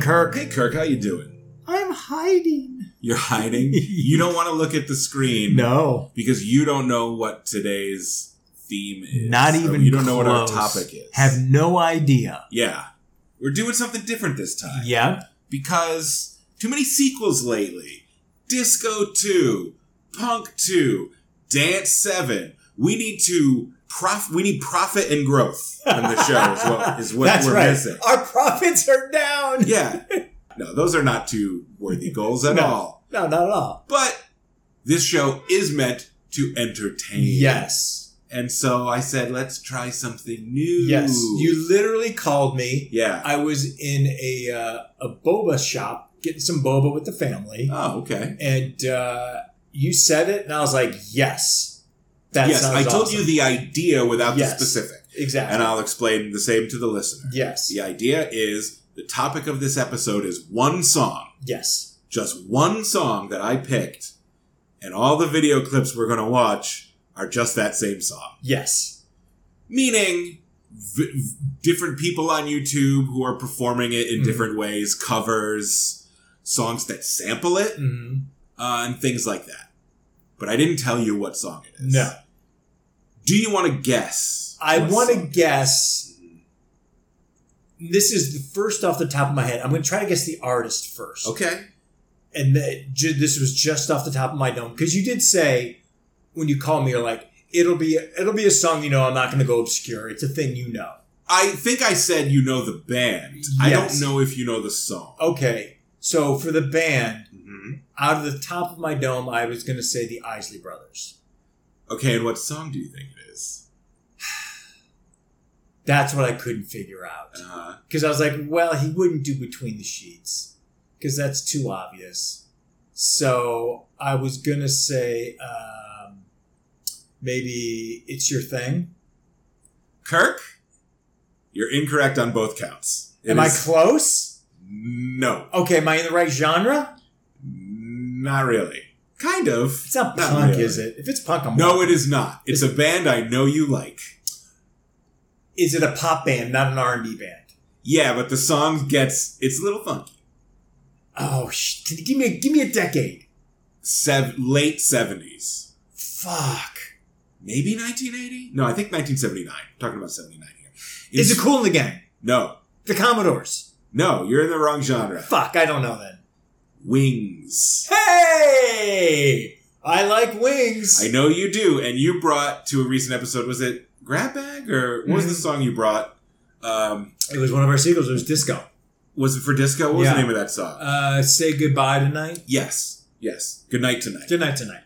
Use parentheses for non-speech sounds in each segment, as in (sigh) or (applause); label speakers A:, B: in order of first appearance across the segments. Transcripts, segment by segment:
A: Kirk, how you doing?
B: I'm hiding.
A: You're
B: (laughs)
A: hiding. you don't want to look at the screen
B: No.
A: because you don't know what today's theme is.
B: Not
A: So
B: even
A: you don't know what our
B: close.
A: topic is.
B: Have no idea.
A: yeah, we're doing something different this time.
B: Yeah.
A: because too many sequels lately. Disco 2, Punk 2, Dance 7. We need to prof- we need profit and growth in the show is what is what
B: (laughs) That's
A: we're
B: right.
A: missing.
B: Our profits are down.
A: Yeah. No, those are not two
B: (laughs)
A: worthy goals at
B: No.
A: all.
B: (laughs) No, not at all.
A: But this show is meant to entertain.
B: Yes.
A: And so I said, let's try something new.
B: Yes. You literally called me.
A: Yeah.
B: I was in a uh, a boba shop getting some boba with the family,
A: Oh, okay.
B: and uh, you said it, and I was like, "Yes, that
A: yes,
B: sounds
A: I told
B: awesome.
A: you the idea without
B: Yes.
A: the specific.
B: exactly."
A: And I'll explain the same to the listener.
B: yes,
A: The idea is the topic of this episode is one song,
B: yes,
A: just one song that I picked, and all the video clips we're going to watch are just that same song.
B: yes,
A: Meaning, v- v- different people on YouTube who are performing it in
B: Mhm.
A: different ways, covers, songs that sample it,
B: Mhm.
A: uh, and things like that. But I didn't tell you what song it is.
B: no.
A: Do you want to guess?
B: I
A: what
B: want to
A: song?
B: guess. This is the first off the top of my head. I'm going to try to guess the artist first.
A: Okay.
B: And that, ju- this was just off the top of my dome because you did say when you called me, you're like, "It'll be it'll be a song you know. I'm not going to go obscure. It's a thing you know."
A: I think I said you know the band. I
B: Yes. Oh.
A: don't know if you know the song.
B: Okay, so for the band,
A: Mhm.
B: out of the top of my dome, I was going to say the Isley Brothers.
A: Okay, and what song do you think it is?
B: That's what I couldn't figure out
A: Uh,
B: because I was like, "Well, he wouldn't do Between the Sheets because that's too obvious." So I was going to say um, maybe it's your thing.
A: Kirk, you're incorrect on both counts. It
B: Am
A: is-
B: I close?
A: no,
B: Okay, am I in the right genre?
A: not really. Kind of.
B: It's not
A: Not
B: punk,
A: really.
B: is it? If it's punk, I'm
A: No, it is not. It's a band I know you like.
B: Is it a pop band, not an R and B band?
A: Yeah, but the song gets it's a little funky.
B: Oh, sh- can you give me a, give me a decade.
A: Sev- late seventies,
B: Fuck.
A: maybe 1980. No, I think 1979. talking about 79 here.
B: Is it
A: It's-
B: Cool in the Gang?
A: No,
B: The Commodores.
A: no, you're in the wrong genre.
B: Fuck, I don't know then.
A: Wings.
B: Hey, I like wings.
A: I know you do, and you brought to a recent episode. Was it Grab Bag or what was the
B: Mhm.
A: song you brought? Um,
B: It was one of our sequels. It was disco.
A: was it for disco? What was
B: Yeah.
A: the name of that song?
B: Uh, say goodbye tonight.
A: yes, yes. Good night tonight.
B: Good night tonight.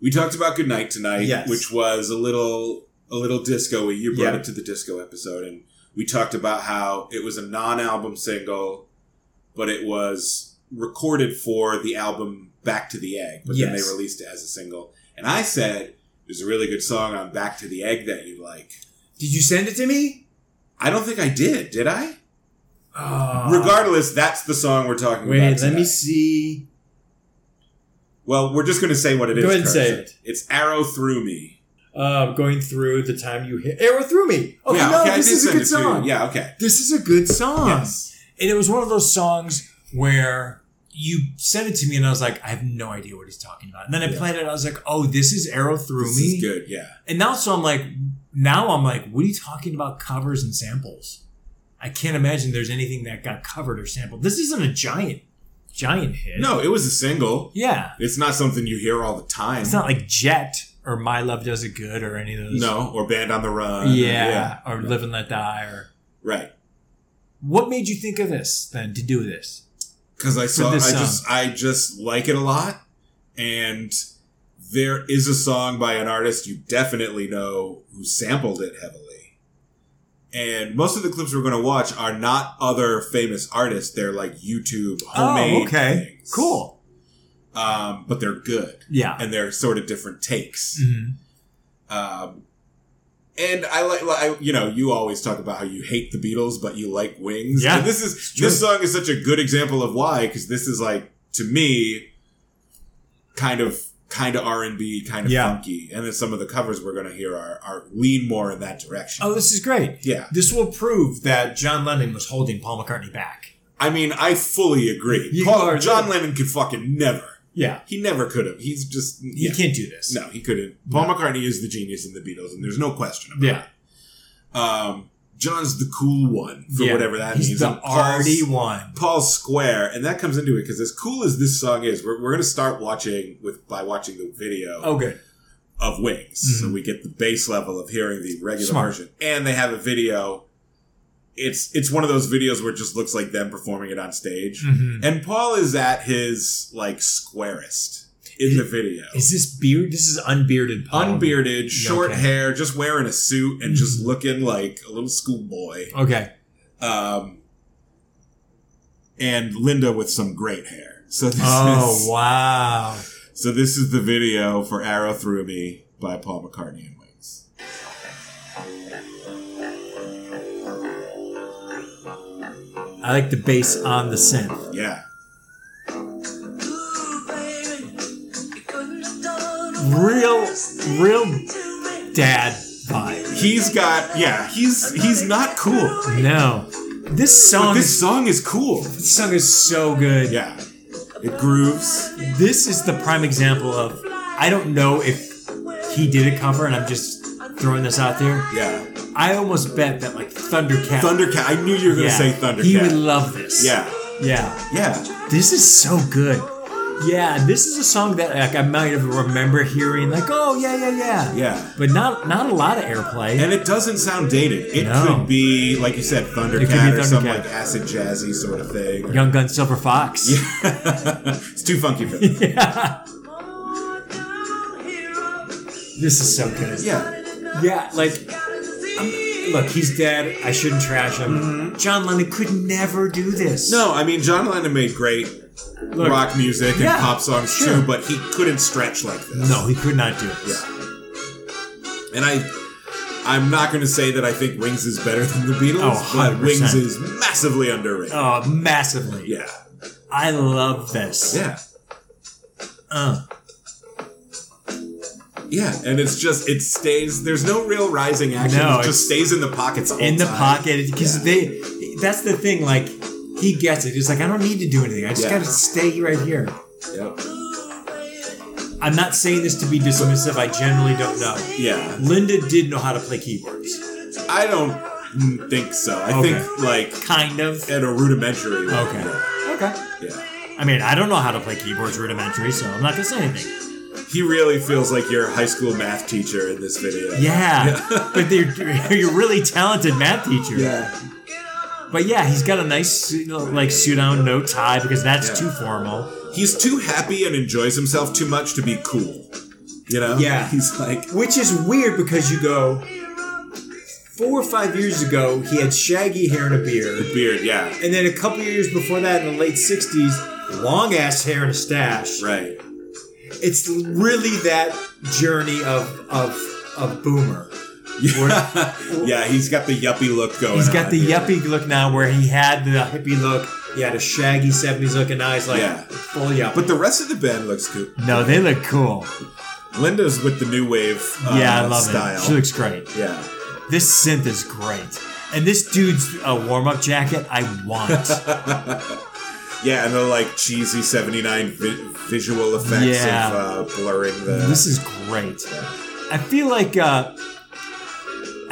A: we talked about Good Night Tonight,
B: Yes.
A: which was a little a little disco. You brought
B: Yeah.
A: it to the disco episode, and we talked about how it was a non-album single, but it was recorded for the album Back to the Egg, but then they
B: Yes.
A: released it as a single. And I said there's a really good song on Back to the Egg that you'd like.
B: Did you send it to me?
A: I don't think I did, did I? Ah.
B: Uh,
A: Regardless, that's the song we're talking about.
B: Wait, let
A: today.
B: me see.
A: Well, we're just going to say what it
B: Go
A: is.
B: ahead and
A: Kurt.
B: say it.
A: It's Arrow Through Me.
B: Uh, going through the time you hit arrow through me. Okay, no,
A: I
B: this
A: did
B: is a
A: send
B: good
A: it to you.
B: song.
A: Yeah, okay.
B: This is a good song.
A: Yes.
B: And it was one of those songs where you sent it to me and I was like, I have no idea what he's talking about. And then I
A: Yeah.
B: played it and I was like, oh, this is Arrow Through
A: This
B: Me.
A: is good, yeah.
B: And now, so I'm like, now I'm like, what are you talking about covers and samples? I can't imagine there's anything that got covered or sampled. This isn't a giant, giant hit.
A: No, it was a single.
B: Yeah.
A: It's not something you hear all the time.
B: It's not like Jet or My Love Does It Good or any of those.
A: no, or Band on the Run.
B: Yeah.
A: yeah.
B: Or Live and Let Die or.
A: Right.
B: What made you think of this then to do this?
A: Because I saw, I
B: this
A: just, I just like it a lot. And there is a song by an artist you definitely know who sampled it heavily. And most of the clips we're going to watch are not other famous artists. They're like YouTube homemade things.
B: Oh, Cool.
A: Um, but they're good,
B: Yeah.
A: and they're sort of different takes.
B: Mhm.
A: Um, and I like, like, I- you know, you always talk about how you hate the Beatles, but you like Wings.
B: Yeah.
A: And this is
B: true.
A: this song is such a good example of why, because this is like to me, kind of kind of R and B, kind of
B: Yeah.
A: funky, and then some of the covers we're gonna hear are are lean more in that direction.
B: Oh, this is great.
A: yeah,
B: This will prove that John Lennon was holding Paul McCartney back.
A: I mean, I fully agree.
B: You
A: Paul-
B: are-
A: John Lennon could fucking never.
B: Yeah,
A: He never could have. He's just
B: he
A: yeah.
B: can't do this.
A: no, he couldn't. Paul McCartney is the genius in the Beatles, and there's no question about
B: Yeah,
A: it. Um, John's the cool one for
B: Yeah.
A: whatever that
B: he's
A: means.
B: the
A: and Paul's-
B: arty one.
A: Paul Square, and that comes into it because as cool as this song is, we're, we're going to start watching with by watching the video
B: Oh, good.
A: of Wings, so
B: Mhm.
A: we get the base level of hearing the regular
B: Smart.
A: version, and they have a video. It's it's one of those videos where it just looks like them performing it on stage,
B: Mhm.
A: and Paul is at his like squarest in the video,
B: Is this beard? This is unbearded Paul.
A: unbearded, short
B: Okay.
A: hair, just wearing a suit and just
B: Mhm.
A: looking like a little schoolboy.
B: Okay.
A: um, and Linda with some great hair. So (laughs) this
B: Oh
A: is
B: wow.
A: so this is the video for "Arrow Through Me" by Paul McCartney and Wings.
B: I like the bass on the synth.
A: Yeah,
B: Real, real dad vibe.
A: he's got yeah he's he's not cool.
B: No, this
A: But
B: song.
A: this song is cool.
B: this song is so good.
A: Yeah, it grooves.
B: This is the prime example of. I don't know if he did a cover, and I'm just throwing this out there.
A: Yeah,
B: I almost bet that like Thundercat.
A: Thundercat. I knew you were gonna
B: Yeah.
A: say Thundercat.
B: He would love this.
A: yeah,
B: Yeah.
A: yeah,
B: This is so good. Yeah, this is a song that like I might have remember hearing like, oh yeah, yeah, yeah.
A: yeah.
B: But not not a lot of airplay.
A: And it doesn't sound dated. It
B: No.
A: could be, like you said, Thundercat, or some
B: Thundercat.
A: like acid jazzy sort of thing.
B: Young Gun Silver Fox.
A: (laughs) it's too funky for them.
B: Yeah. (laughs) This is so good.
A: Yeah.
B: Yeah, like I'm- look, he's dead. I shouldn't trash him. John Lennon could never do this.
A: No, I mean John Lennon made great
B: Look.
A: rock music and
B: Yeah,
A: pop songs
B: sure.
A: too, but he couldn't stretch like this.
B: No, he could not do
A: Yeah.
B: this.
A: And I I'm not gonna say that I think Wings is better than the Beatles,
B: Oh,
A: but Wings
B: 100%.
A: is massively underrated.
B: Oh, massively.
A: Yeah.
B: I love this.
A: Yeah.
B: Uh,
A: Yeah. And it's just it stays there's no real rising action.
B: No,
A: it just
B: it's-
A: stays in the pockets all
B: in the
A: time.
B: pocket because
A: Yeah.
B: they that's the thing like he gets it he's like i don't need to do anything i just
A: Yeah.
B: gotta stay right here
A: Yep.
B: i'm not saying this to be dismissive i generally don't know
A: Yeah.
B: linda did know how to play keyboards
A: I don't think so. I
B: Okay.
A: think like
B: kind of
A: at a rudimentary level.
B: okay okay
A: Yeah.
B: i mean i don't know how to play keyboards rudimentary so i'm not gonna say anything
A: He really feels like your high school math teacher in this video.
B: yeah,
A: Yeah.
B: (laughs) but they're you're a really talented math teacher
A: Yeah.
B: but yeah he's got a nice suit- like suit on no tie because that's
A: Yeah.
B: too formal
A: He's too happy and enjoys himself too much to be cool. You know?
B: Yeah.
A: (laughs) He's like,
B: Which is weird because you go four or five years ago, he had shaggy hair and a beard,
A: beard, yeah.
B: and then a couple years before that, in the late '60s, long ass hair and a stash.
A: Right.
B: It's really that journey of of of boomer.
A: Yeah. (laughs) yeah, he's got the yuppie look going
B: He's got
A: on
B: the
A: here.
B: yuppie look now, where he had the hippie look. He had a shaggy '70s look, and now he's like
A: Yeah.
B: full yuppie.
A: But the rest of the band looks good.
B: no, they look cool.
A: Linda's with the new wave uh,
B: yeah, I love
A: Oh, style.
B: it. She looks great.
A: yeah. (laughs)
B: This synth is great, and this dude's uh, warm-up jacket I want.
A: (laughs) Yeah, and the like cheesy 79 vi- visual effects
B: Yeah.
A: of uh, blurring the.
B: This is great. I feel like uh,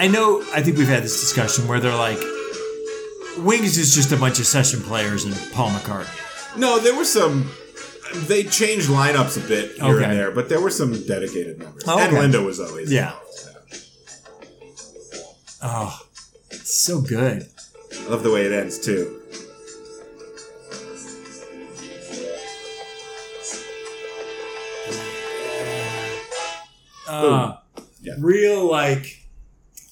B: I know. I think we've had this discussion where they're like, Wings is just a bunch of session players and Paul McCartney.
A: No, there were some. They changed lineups a bit here
B: Okay.
A: and there, but there were some dedicated members.
B: Oh,
A: And
B: okay.
A: Linda was always.
B: Yeah. Oh, it's so good.
A: I love the way it ends too.
B: Uh,
A: Yeah.
B: Real like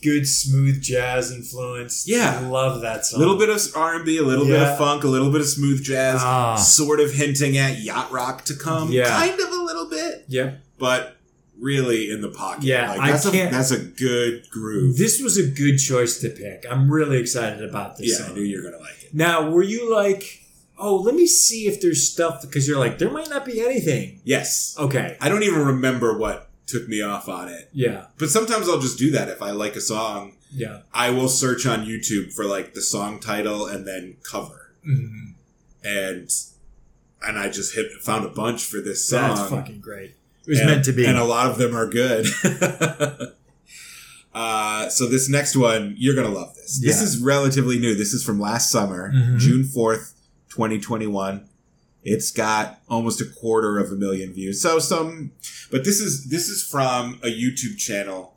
B: good smooth jazz influence.
A: Yeah.
B: love that song.
A: A little bit of R and B, a little bit of
B: Oh. Yeah.
A: funk, a little bit of smooth jazz,
B: Ah.
A: sort of hinting at yacht rock to come.
B: Yeah.
A: kind of a little bit,
B: Yeah.
A: but really in the pocket.
B: Yeah, I
A: that's
B: can't-
A: A, that's a good groove.
B: This was a good choice to pick. I'm really excited about this.
A: yeah,
B: song.
A: I knew you were gonna like it.
B: Now, were you like, oh, let me see if there's stuff because you're like, there might not be anything.
A: Yes,
B: Okay.
A: I don't even remember what took me off on it,
B: Yeah.
A: but sometimes I'll just do that if I like a song
B: Yeah.
A: I will search on YouTube for like the song title and then cover.
B: Mhm.
A: and and I just hit found a bunch for this song.
B: That's fucking great. It was
A: and,
B: meant to be.
A: and a lot of them are good. (laughs) uh, so this next one, you're gonna love this. This
B: Yeah.
A: is relatively new. This is from last summer,
B: Mhm.
A: June fourth, twenty twenty one. It's got almost a quarter of a million views. So some, but this is this is from a YouTube channel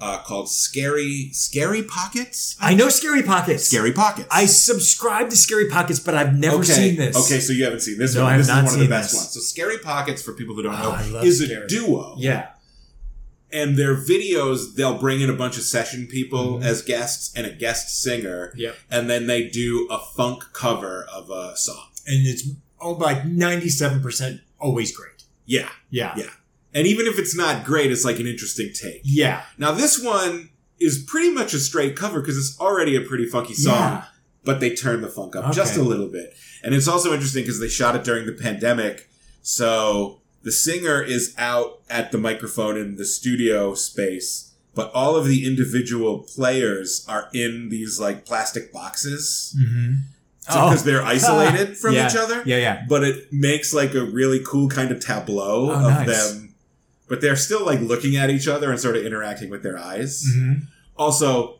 A: uh, called Scary Scary Pockets.
B: I know Scary Pockets.
A: Scary Pockets.
B: I subscribe to Scary Pockets, but I've never
A: okay.
B: seen this.
A: Okay, so you haven't seen this
B: No,
A: one.
B: I have
A: this
B: not
A: is one of
B: seen
A: the best
B: this.
A: ones. So Scary Pockets, for people who don't
B: Oh,
A: know,
B: I love
A: is
B: Scary.
A: a duo.
B: Yeah.
A: And their videos, they'll bring in a bunch of session people
B: Mhm.
A: as guests and a guest singer,
B: Yep.
A: and then they do a funk cover of a song.
B: And it's oh, like 97% always great.
A: Yeah.
B: Yeah.
A: Yeah. And even if it's not great, it's like an interesting take.
B: Yeah.
A: Now this one is pretty much a straight cover because it's already a pretty funky song,
B: Yeah.
A: but they turn the funk up just a
B: Okay.
A: little bit. And it's also interesting because they shot it during the pandemic. So the singer is out at the microphone in the studio space, but all of the individual players are in these like plastic boxes
B: Mm-hmm. Oh.
A: because
B: (laughs)
A: they're isolated from
B: Yeah.
A: each other.
B: Yeah, yeah.
A: But it makes like a really cool kind of tableau
B: Oh,
A: of
B: nice.
A: them. But they're still like looking at each other and sort of interacting with their eyes.
B: Mm-hmm.
A: Also,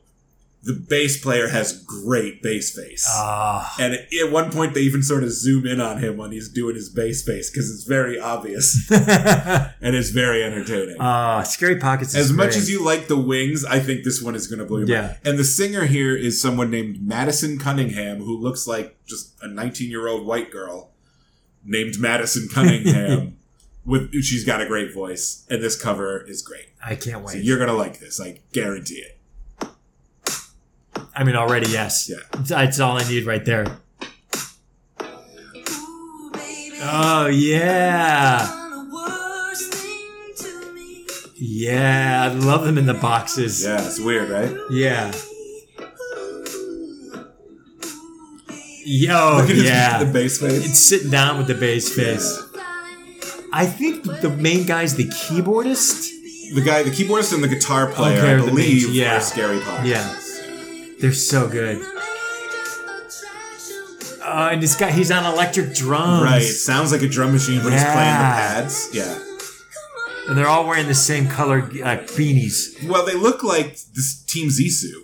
A: the bass player has great bass face.
B: Ah. (laughs)
A: And at one point, they even sort of zoom in on him when he's doing his bass face because it's very obvious and it's very entertaining.
B: Ah, Scary Pockets is
A: as much
B: great.
A: as you like the wings, I think this one is going to blow your mind.
B: Yeah.
A: And the singer here is someone named Madison Cunningham, who looks like just a 19 year old white girl named Madison
B: (laughs)
A: Cunningham. With she's got a great voice, and this cover is great.
B: I can't
A: So
B: wait.
A: you're gonna like this, I guarantee it.
B: I mean, already, yes.
A: Yeah.
B: That's all I need right there. Oh, yeah. Yeah. I love them in the boxes.
A: Yeah, it's weird, right?
B: Yeah. Yo,
A: Look at his-
B: yeah.
A: the bass face.
B: Oh, it's sitting down with the bass face. I think the- the main guy's the keyboardist.
A: the guy, the keyboardist and the guitar player,
B: Okay,
A: I
B: the main-
A: believe,
B: yeah.
A: are Scary Pockets.
B: Yeah. They're so good. Uh, and this guy, he's on electric drums.
A: Right. It sounds like a drum machine when he's playing the
B: Yeah.
A: pads. Yeah.
B: And they're all wearing the same color uh, beanies.
A: Well, they look like this Team Zisu.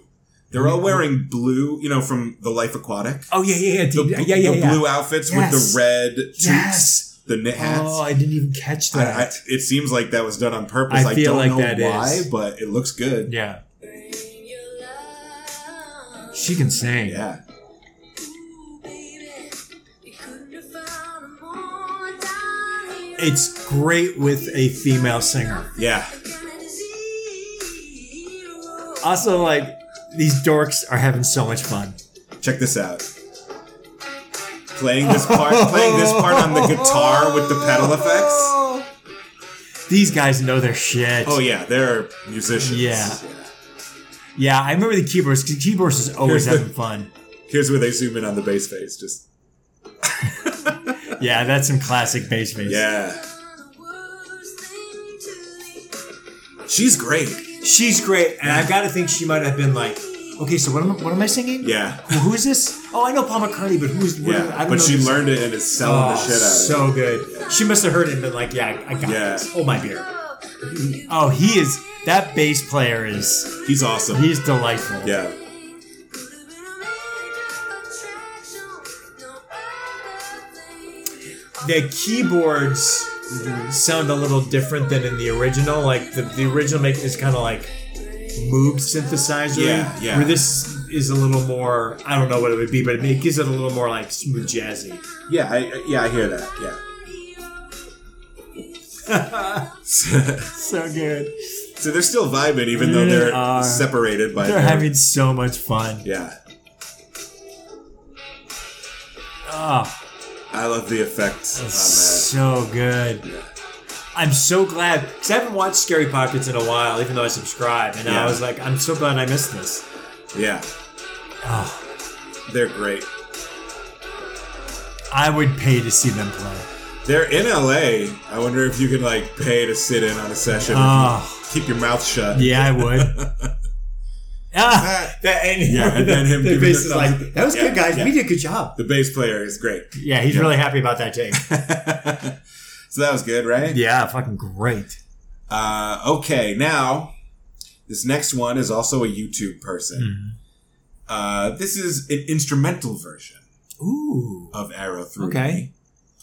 A: They're all wearing blue, you know, from The Life Aquatic.
B: Oh, yeah, yeah, yeah.
A: The,
B: dude. yeah, yeah,
A: the
B: yeah.
A: blue outfits with
B: Yes.
A: the red toots,
B: Yes.
A: the knit hats.
B: Oh, I didn't even catch
A: I- I-
B: that.
A: it seems like that was done on purpose. I,
B: I feel
A: don't
B: like
A: know
B: that
A: why,
B: is.
A: but it looks good.
B: yeah. She can sing.
A: Yeah.
B: It's great with a female singer.
A: Yeah.
B: Also, like, these dorks are having so much fun.
A: Check this out. Playing this part, playing this part on the guitar with the pedal effects.
B: These guys know their shit.
A: Oh yeah, they're musicians.
B: Yeah. Yeah, I remember the keyboards. 'cause The keyboards is
A: Here's
B: always
A: the-
B: having fun.
A: Here's where they zoom in on the bass face. Just
B: Yeah, that's some classic bass bass.
A: yeah. She's great.
B: She's great, and I've got to think she might have been like, okay, so what am I, what am I singing?
A: Yeah.
B: Who- who is this? Oh, I know Paul McCartney, but who's? What,
A: Yeah.
B: I don't
A: but
B: know
A: she
B: this-
A: learned it and is selling
B: Oh,
A: the shit out of
B: so good. She must have heard it and been like, yeah, I got
A: Yeah.
B: this. Hold my beer. Oh, he is. That bass player is.
A: it. He's awesome.
B: He's delightful.
A: yeah.
B: The keyboards sound a little different than in the original. Like the, the original make is kind of like Moog synthesizer.
A: Yeah, yeah.
B: Where this is a little more. I don't know what it would be, but it ma- it gives it a little more like smooth jazzy. (laughs)
A: Yeah. I, I- yeah. I hear that. Yeah. (laughs) so,
B: So good.
A: so they're still vibing, even though
B: They
A: they're
B: are.
A: separated by.
B: They're
A: their-
B: having so much fun.
A: yeah.
B: Oh,
A: I love the effects Oh, on that.
B: so good. I'm so glad because I haven't watched Scary Pockets in a while, even though I subscribe. And
A: Yeah.
B: I was like, I'm so glad I missed this.
A: Yeah.
B: Oh,
A: They're great.
B: I would pay to see them play.
A: They're in LA. I wonder if you can like pay to sit in on a session. if you
B: Oh. (laughs)
A: keep your mouth shut.
B: Yeah, I would.
A: (laughs)
B: Ah,
A: That-
B: that, and,
A: Yeah, and then him
B: (laughs) the
A: giving
B: bass
A: the
B: is
A: thumbs
B: like,
A: up.
B: that was
A: Yeah,
B: good, guys.
A: yeah.
B: We did a good job.
A: the bass player is great. (laughs)
B: Yeah, he's
A: Yeah.
B: really happy about that take.
A: so that was good, right?
B: yeah, (laughs) fucking great.
A: Uh, okay, now this next one is also a YouTube person.
B: Mm-hmm. Hmm.
A: Uh, this is an instrumental version
B: Ooh.
A: of Arrow 3.
B: Okay.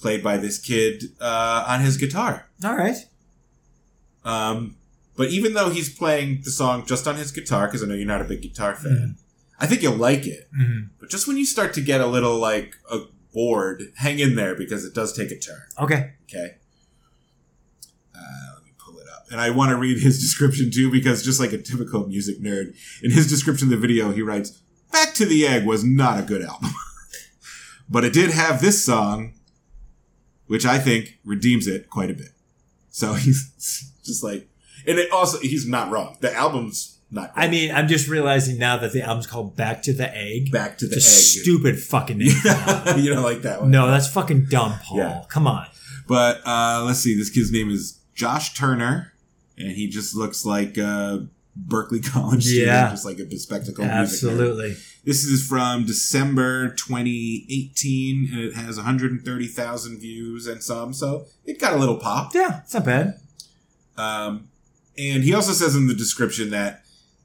A: Played by this kid uh, on his guitar.
B: All right.
A: Um, but even though he's playing the song just on his guitar, because I know you're not a big guitar fan,
B: Hmm.
A: I think you'll like it.
B: Mm-hmm.
A: But just when you start to get a little like a bored, hang in there because it does take a turn.
B: Okay.
A: Okay. Uh, let me pull it up. And I want to read his (laughs) description too, because just like a typical music nerd, in his description of the video, he writes Back to the Egg was not a good album. (laughs) but it did have this song, which I think redeems it quite a bit. So (laughs) he's just like, and it also, he's not wrong. The album's not great.
B: I mean, I'm just realizing now that the album's called Back to the Egg.
A: Back to the
B: it's a
A: Egg.
B: stupid fucking name. (laughs) for an
A: (laughs)
B: album.
A: you don't like that one.
B: no, that's fucking dumb, Paul.
A: Yeah.
B: Come on.
A: But uh, let's see, this kid's name is Josh Turner, and he just looks like a Berkeley (laughs) College student,
B: Yeah.
A: just like a bespectacled music nerd.
B: Absolutely.
A: This is from December 2018, and it has 130,000 views and some, so it got a little pop.
B: Yeah, it's not bad.
A: Um, and he also says in the description that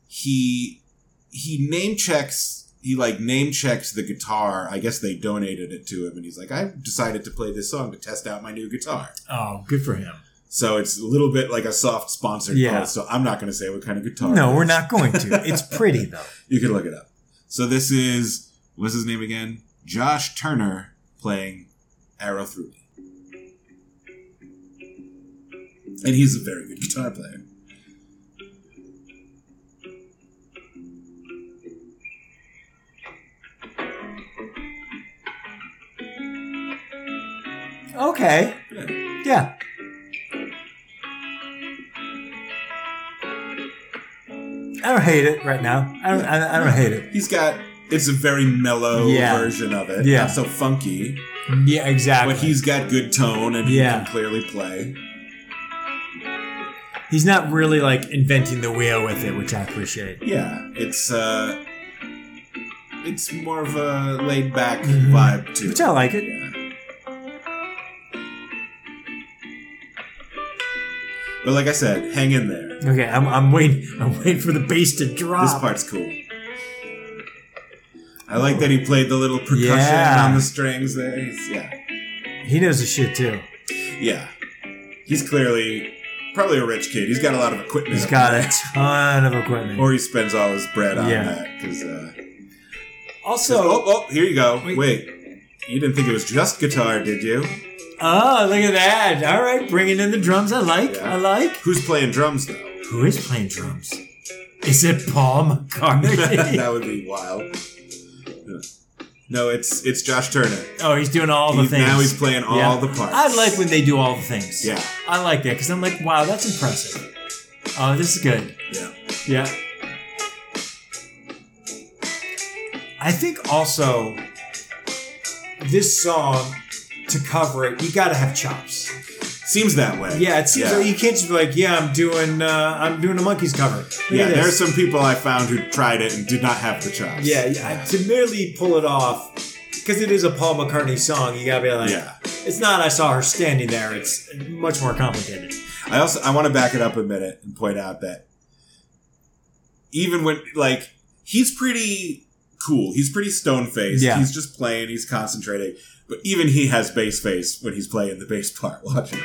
A: he he name checks he like name checks the guitar. I guess they donated it to him, and he's like, I decided to play this song to test out my new guitar.
B: Oh, good for him.
A: So it's a little bit like a soft sponsored
B: Yeah.
A: post. So I'm not going to say what kind of guitar.
B: No,
A: it
B: we're
A: is.
B: not going to. It's pretty (laughs) though.
A: You can look it up. So this is what's his name again? Josh Turner playing Arrow Through Me, and he's a very good guitar player.
B: Okay.
A: Yeah.
B: Yeah. I don't hate it right now. I don't. I, I don't hate it.
A: He's got it's a very mellow
B: Yeah.
A: version of it.
B: Yeah.
A: not so funky,
B: Yeah, exactly.
A: but he's got good tone and
B: Yeah.
A: he can clearly play.
B: he's not really like inventing the wheel with it, which I appreciate.
A: Yeah, it's uh, it's more of a laid back
B: Mhm.
A: vibe too.
B: Which I like it.
A: Yeah. But like I said, hang in there.
B: Okay, I'm, I'm waiting. I'm waiting for the bass to drop.
A: This part's cool. I like that he played the little percussion
B: Yeah.
A: on the strings there. He's, yeah,
B: He knows the shit too.
A: yeah. He's clearly probably a rich kid. He's got a lot of equipment.
B: He's
A: up
B: got
A: there.
B: a ton of equipment.
A: Or he spends all his bread on
B: Yeah.
A: that. 'cause, uh,
B: also,
A: oh, oh, here you go.
B: Wait.
A: Wait. you didn't think it was just guitar, did you?
B: oh look at that! All right, bringing in the drums. I like.
A: Yeah.
B: I like.
A: Who's playing drums though?
B: (laughs) Who is playing drums? Is it Paul
A: (laughs)
B: McCartney?
A: that would be wild. Yeah. No, it's it's Josh Turner.
B: Oh, he's doing all the
A: He's-
B: things.
A: Now he's playing all
B: Yeah.
A: the parts.
B: I like when they do all the things.
A: Yeah,
B: I like that because I'm like, wow, that's impressive. Oh, this is good.
A: yeah.
B: Yeah. I think also this song to cover it, you gotta have chops.
A: Seems that way.
B: Yeah, it seems
A: Yeah.
B: like you can't just be like, yeah, I'm doing, uh, I'm doing a monkey's cover. Look at
A: yeah,
B: this.
A: there are some people I found who tried it and did not have the chops.
B: yeah, yeah, to merely pull it off because it is a Paul McCartney song. You gotta be like,
A: yeah.
B: it's not. I saw her standing there. It's much more complicated.
A: I also I want to back it up a minute and point out that even when like he's pretty cool, he's pretty stone faced.
B: Yeah.
A: He's just playing. He's concentrating. But even he has bass face when he's playing the bass part. (laughs) Watch it.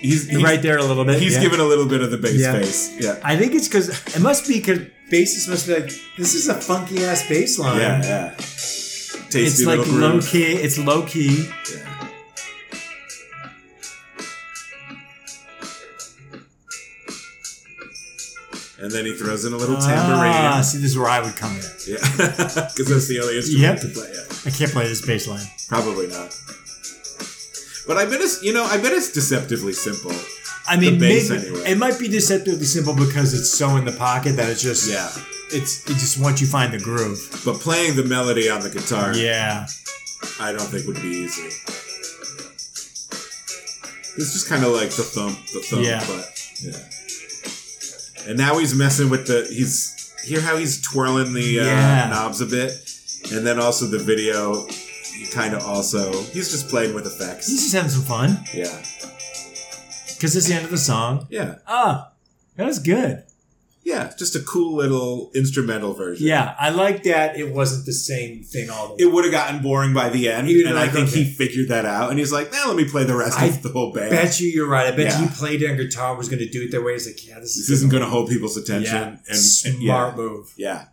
A: He's,
B: You're
A: he's-
B: right there a little bit.
A: He's
B: yeah.
A: giving a little bit of the bass
B: Yeah.
A: face. Yeah.
B: I think it's because it must be because bassist must be like, this is a funky ass bass line.
A: Yeah, yeah. Tasty
B: It's
A: little
B: like low
A: groove.
B: key. It's low key.
A: Yeah. And then he throws in a little tambourine.
B: Ah, see, this is where I would come in.
A: (laughs) Yeah, because that's the only instrument
B: Yep.
A: to play. Yeah.
B: I can't play this bass line.
A: Probably not. But I bet it's you know I bet it's deceptively simple.
B: I mean,
A: bass
B: maybe,
A: anyway.
B: it might be deceptively simple because it's so in the pocket that it's just
A: Yeah,
B: it's it just once you find the groove.
A: but playing the melody on the guitar,
B: Yeah.
A: I don't think would be easy. It's just kind of like the thump, the thump,
B: Yeah.
A: but Yeah. And now he's messing with the he's hear how he's twirling the uh,
B: Yeah.
A: knobs a bit, and then also the video. He kind of also he's just playing with
B: He's
A: effects.
B: just having some fun
A: Yeah,
B: because it's the end of the song.
A: yeah,
B: Ah, that was good.
A: yeah. Just a cool little instrumental version.
B: Yeah, I like that. It wasn't the same thing all the
A: It
B: way.
A: would have gotten boring by the end,
B: You'd
A: and
B: like,
A: I think he
B: okay.
A: figured that out. And he's like, "Now let me play the rest
B: I
A: of the whole
B: I
A: band."
B: bet you you're right. I bet
A: Yeah.
B: he played it on guitar, was going to do it their way. He's like, yeah, this is
A: this isn't going to hold people's attention.
B: Yeah,
A: and,
B: smart
A: and- yeah,
B: move.
A: yeah.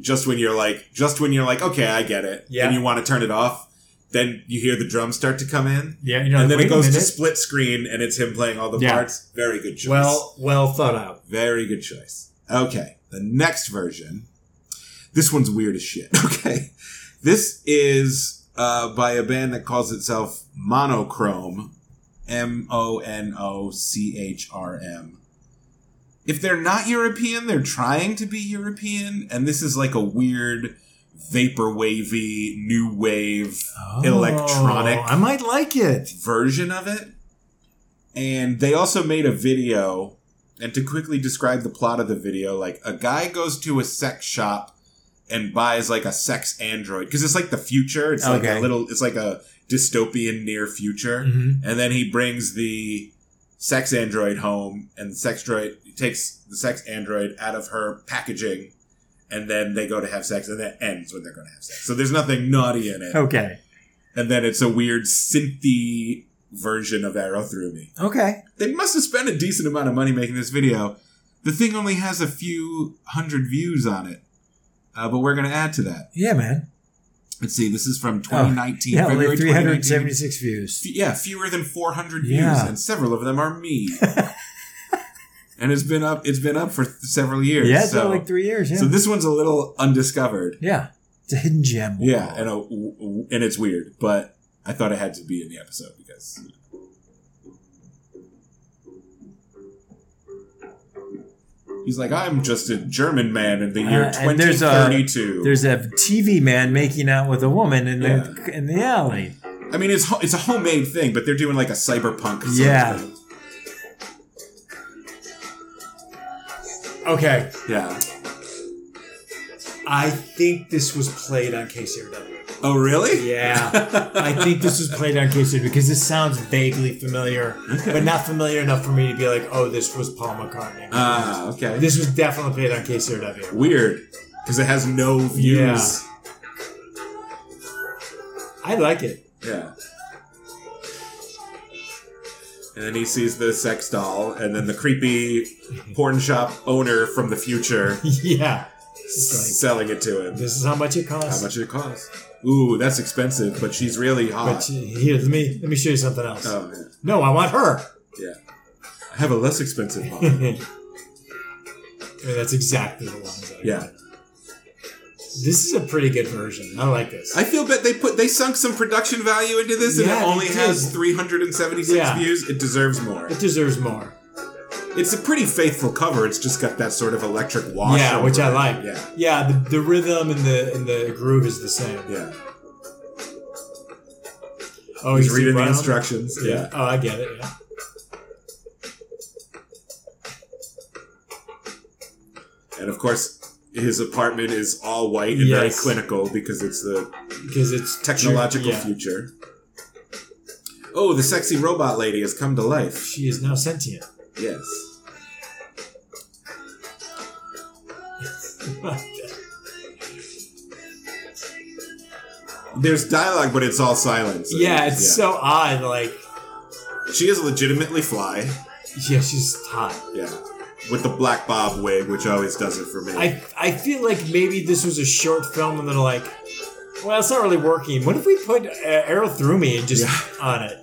A: Just when you're like, just when you're like, okay, I get it,
B: Yeah.
A: and you want to turn it off, then you hear the drums start to come in.
B: Yeah, you know,
A: and then
B: wait
A: it goes
B: a
A: to
B: minute.
A: split screen, and it's him playing all the
B: Yeah.
A: parts. Very good choice.
B: well, well thought out.
A: very good choice. Okay, the next version. This one's weird as shit. (laughs) Okay, this is uh, by a band that calls itself Monochrome, M O N O C H R M. If they're not European, they're trying to be European, and this is like a weird vapor wavy new wave Electronic.
B: Oh, I might like it.
A: version of it. And they also made a video. And to quickly describe the plot of the video, like a guy goes to a sex shop and buys like a sex android because it's like the future. It's like
B: Okay. Mm-hmm.
A: a little. It's like a dystopian near future. And then he brings the sex android home, and the sex droid he takes the sex android out of her packaging, and then they go to have sex, and that ends when they're going to have sex. So there's nothing naughty in it
B: Okay.
A: and then it's a weird synthy version of Arrow Through Me.
B: Okay.
A: They must have spent a decent amount of money making this video. The thing only has a few hundred views on it, uh, but we're going to add to that.
B: Yeah, man.
A: Let's see. This is from 2019,
B: Oh, Yeah,
A: February
B: only
A: 370.
B: 376 views.
A: Yeah, fewer than 400 views,
B: Yeah.
A: and several of them are me.
B: (laughs)
A: and it's been up. It's been up for th- several years.
B: Yeah, it's
A: so,
B: been like three years. Yeah.
A: so this one's a little undiscovered.
B: yeah. It's a hidden gem.
A: Yeah, and a, w- w- and it's weird, but I thought it had to be in the episode because. He's like, I'm just a German man in the year
B: Uh, and there's a-
A: 2032.
B: There's a TV man making out with a woman in the
A: Yeah.
B: in the alley.
A: I mean, it's ho- it's a homemade thing, but they're doing like a cyberpunk. sort of
B: Yeah.
A: thing.
B: Okay,
A: yeah.
B: I think this was played on KCRW.
A: Oh, really?
B: Yeah, I think this was played on KCRW because this sounds vaguely familiar, but not familiar enough for me to be like, oh, this was Paul McCartney.
A: (laughs) Ah, okay.
B: this was definitely played on KCRW.
A: weird because it has no views.
B: I like it. (laughs)
A: Yeah. (laughs) And then he sees the sex doll, and then the creepy porn shop owner from the future
B: yeah,
A: s- selling it to him.
B: this is how much it
A: How
B: costs.
A: much did it cost? Ooh, that's expensive, but she's really
B: But
A: hot.
B: here, let me let me show you something else.
A: oh, man.
B: No, I want her. (laughs)
A: yeah. I have a less expensive
B: I (laughs)
A: one.
B: mean, that's exactly the lines. I
A: Yeah.
B: This is a pretty good version. I like this.
A: I feel bet they put they sunk some production value into this, and
B: Yeah,
A: it
B: they
A: only
B: did.
A: has 376
B: Yeah.
A: views. It deserves more.
B: it deserves more.
A: It's a pretty faithful cover. It's just got that sort of electric wash.
B: yeah,
A: over
B: which I
A: it.
B: like.
A: Yeah,
B: Yeah, the, the rhythm and the and the groove is the same.
A: yeah.
B: Oh,
A: He's
B: you see
A: reading the
B: Brown?
A: instructions. Yeah.
B: Oh, I get it. Yeah.
A: And of course, his apartment is all white and very
B: Yes.
A: clinical because it's the
B: Because it's
A: technological
B: Yeah.
A: future. Oh, the sexy robot lady has come to life.
B: She is now sentient. (laughs)
A: Yes. There's dialogue, but it's all silence.
B: yeah, it's so odd. Like,
A: She is legitimately fly.
B: yeah, she's hot.
A: Yeah. With the black bob wig, which always does it for me.
B: I I feel like maybe this was a short film, and they're like, well, it's not really working. What if we put uh, Arrow Through Me and just
A: Yeah.
B: on it?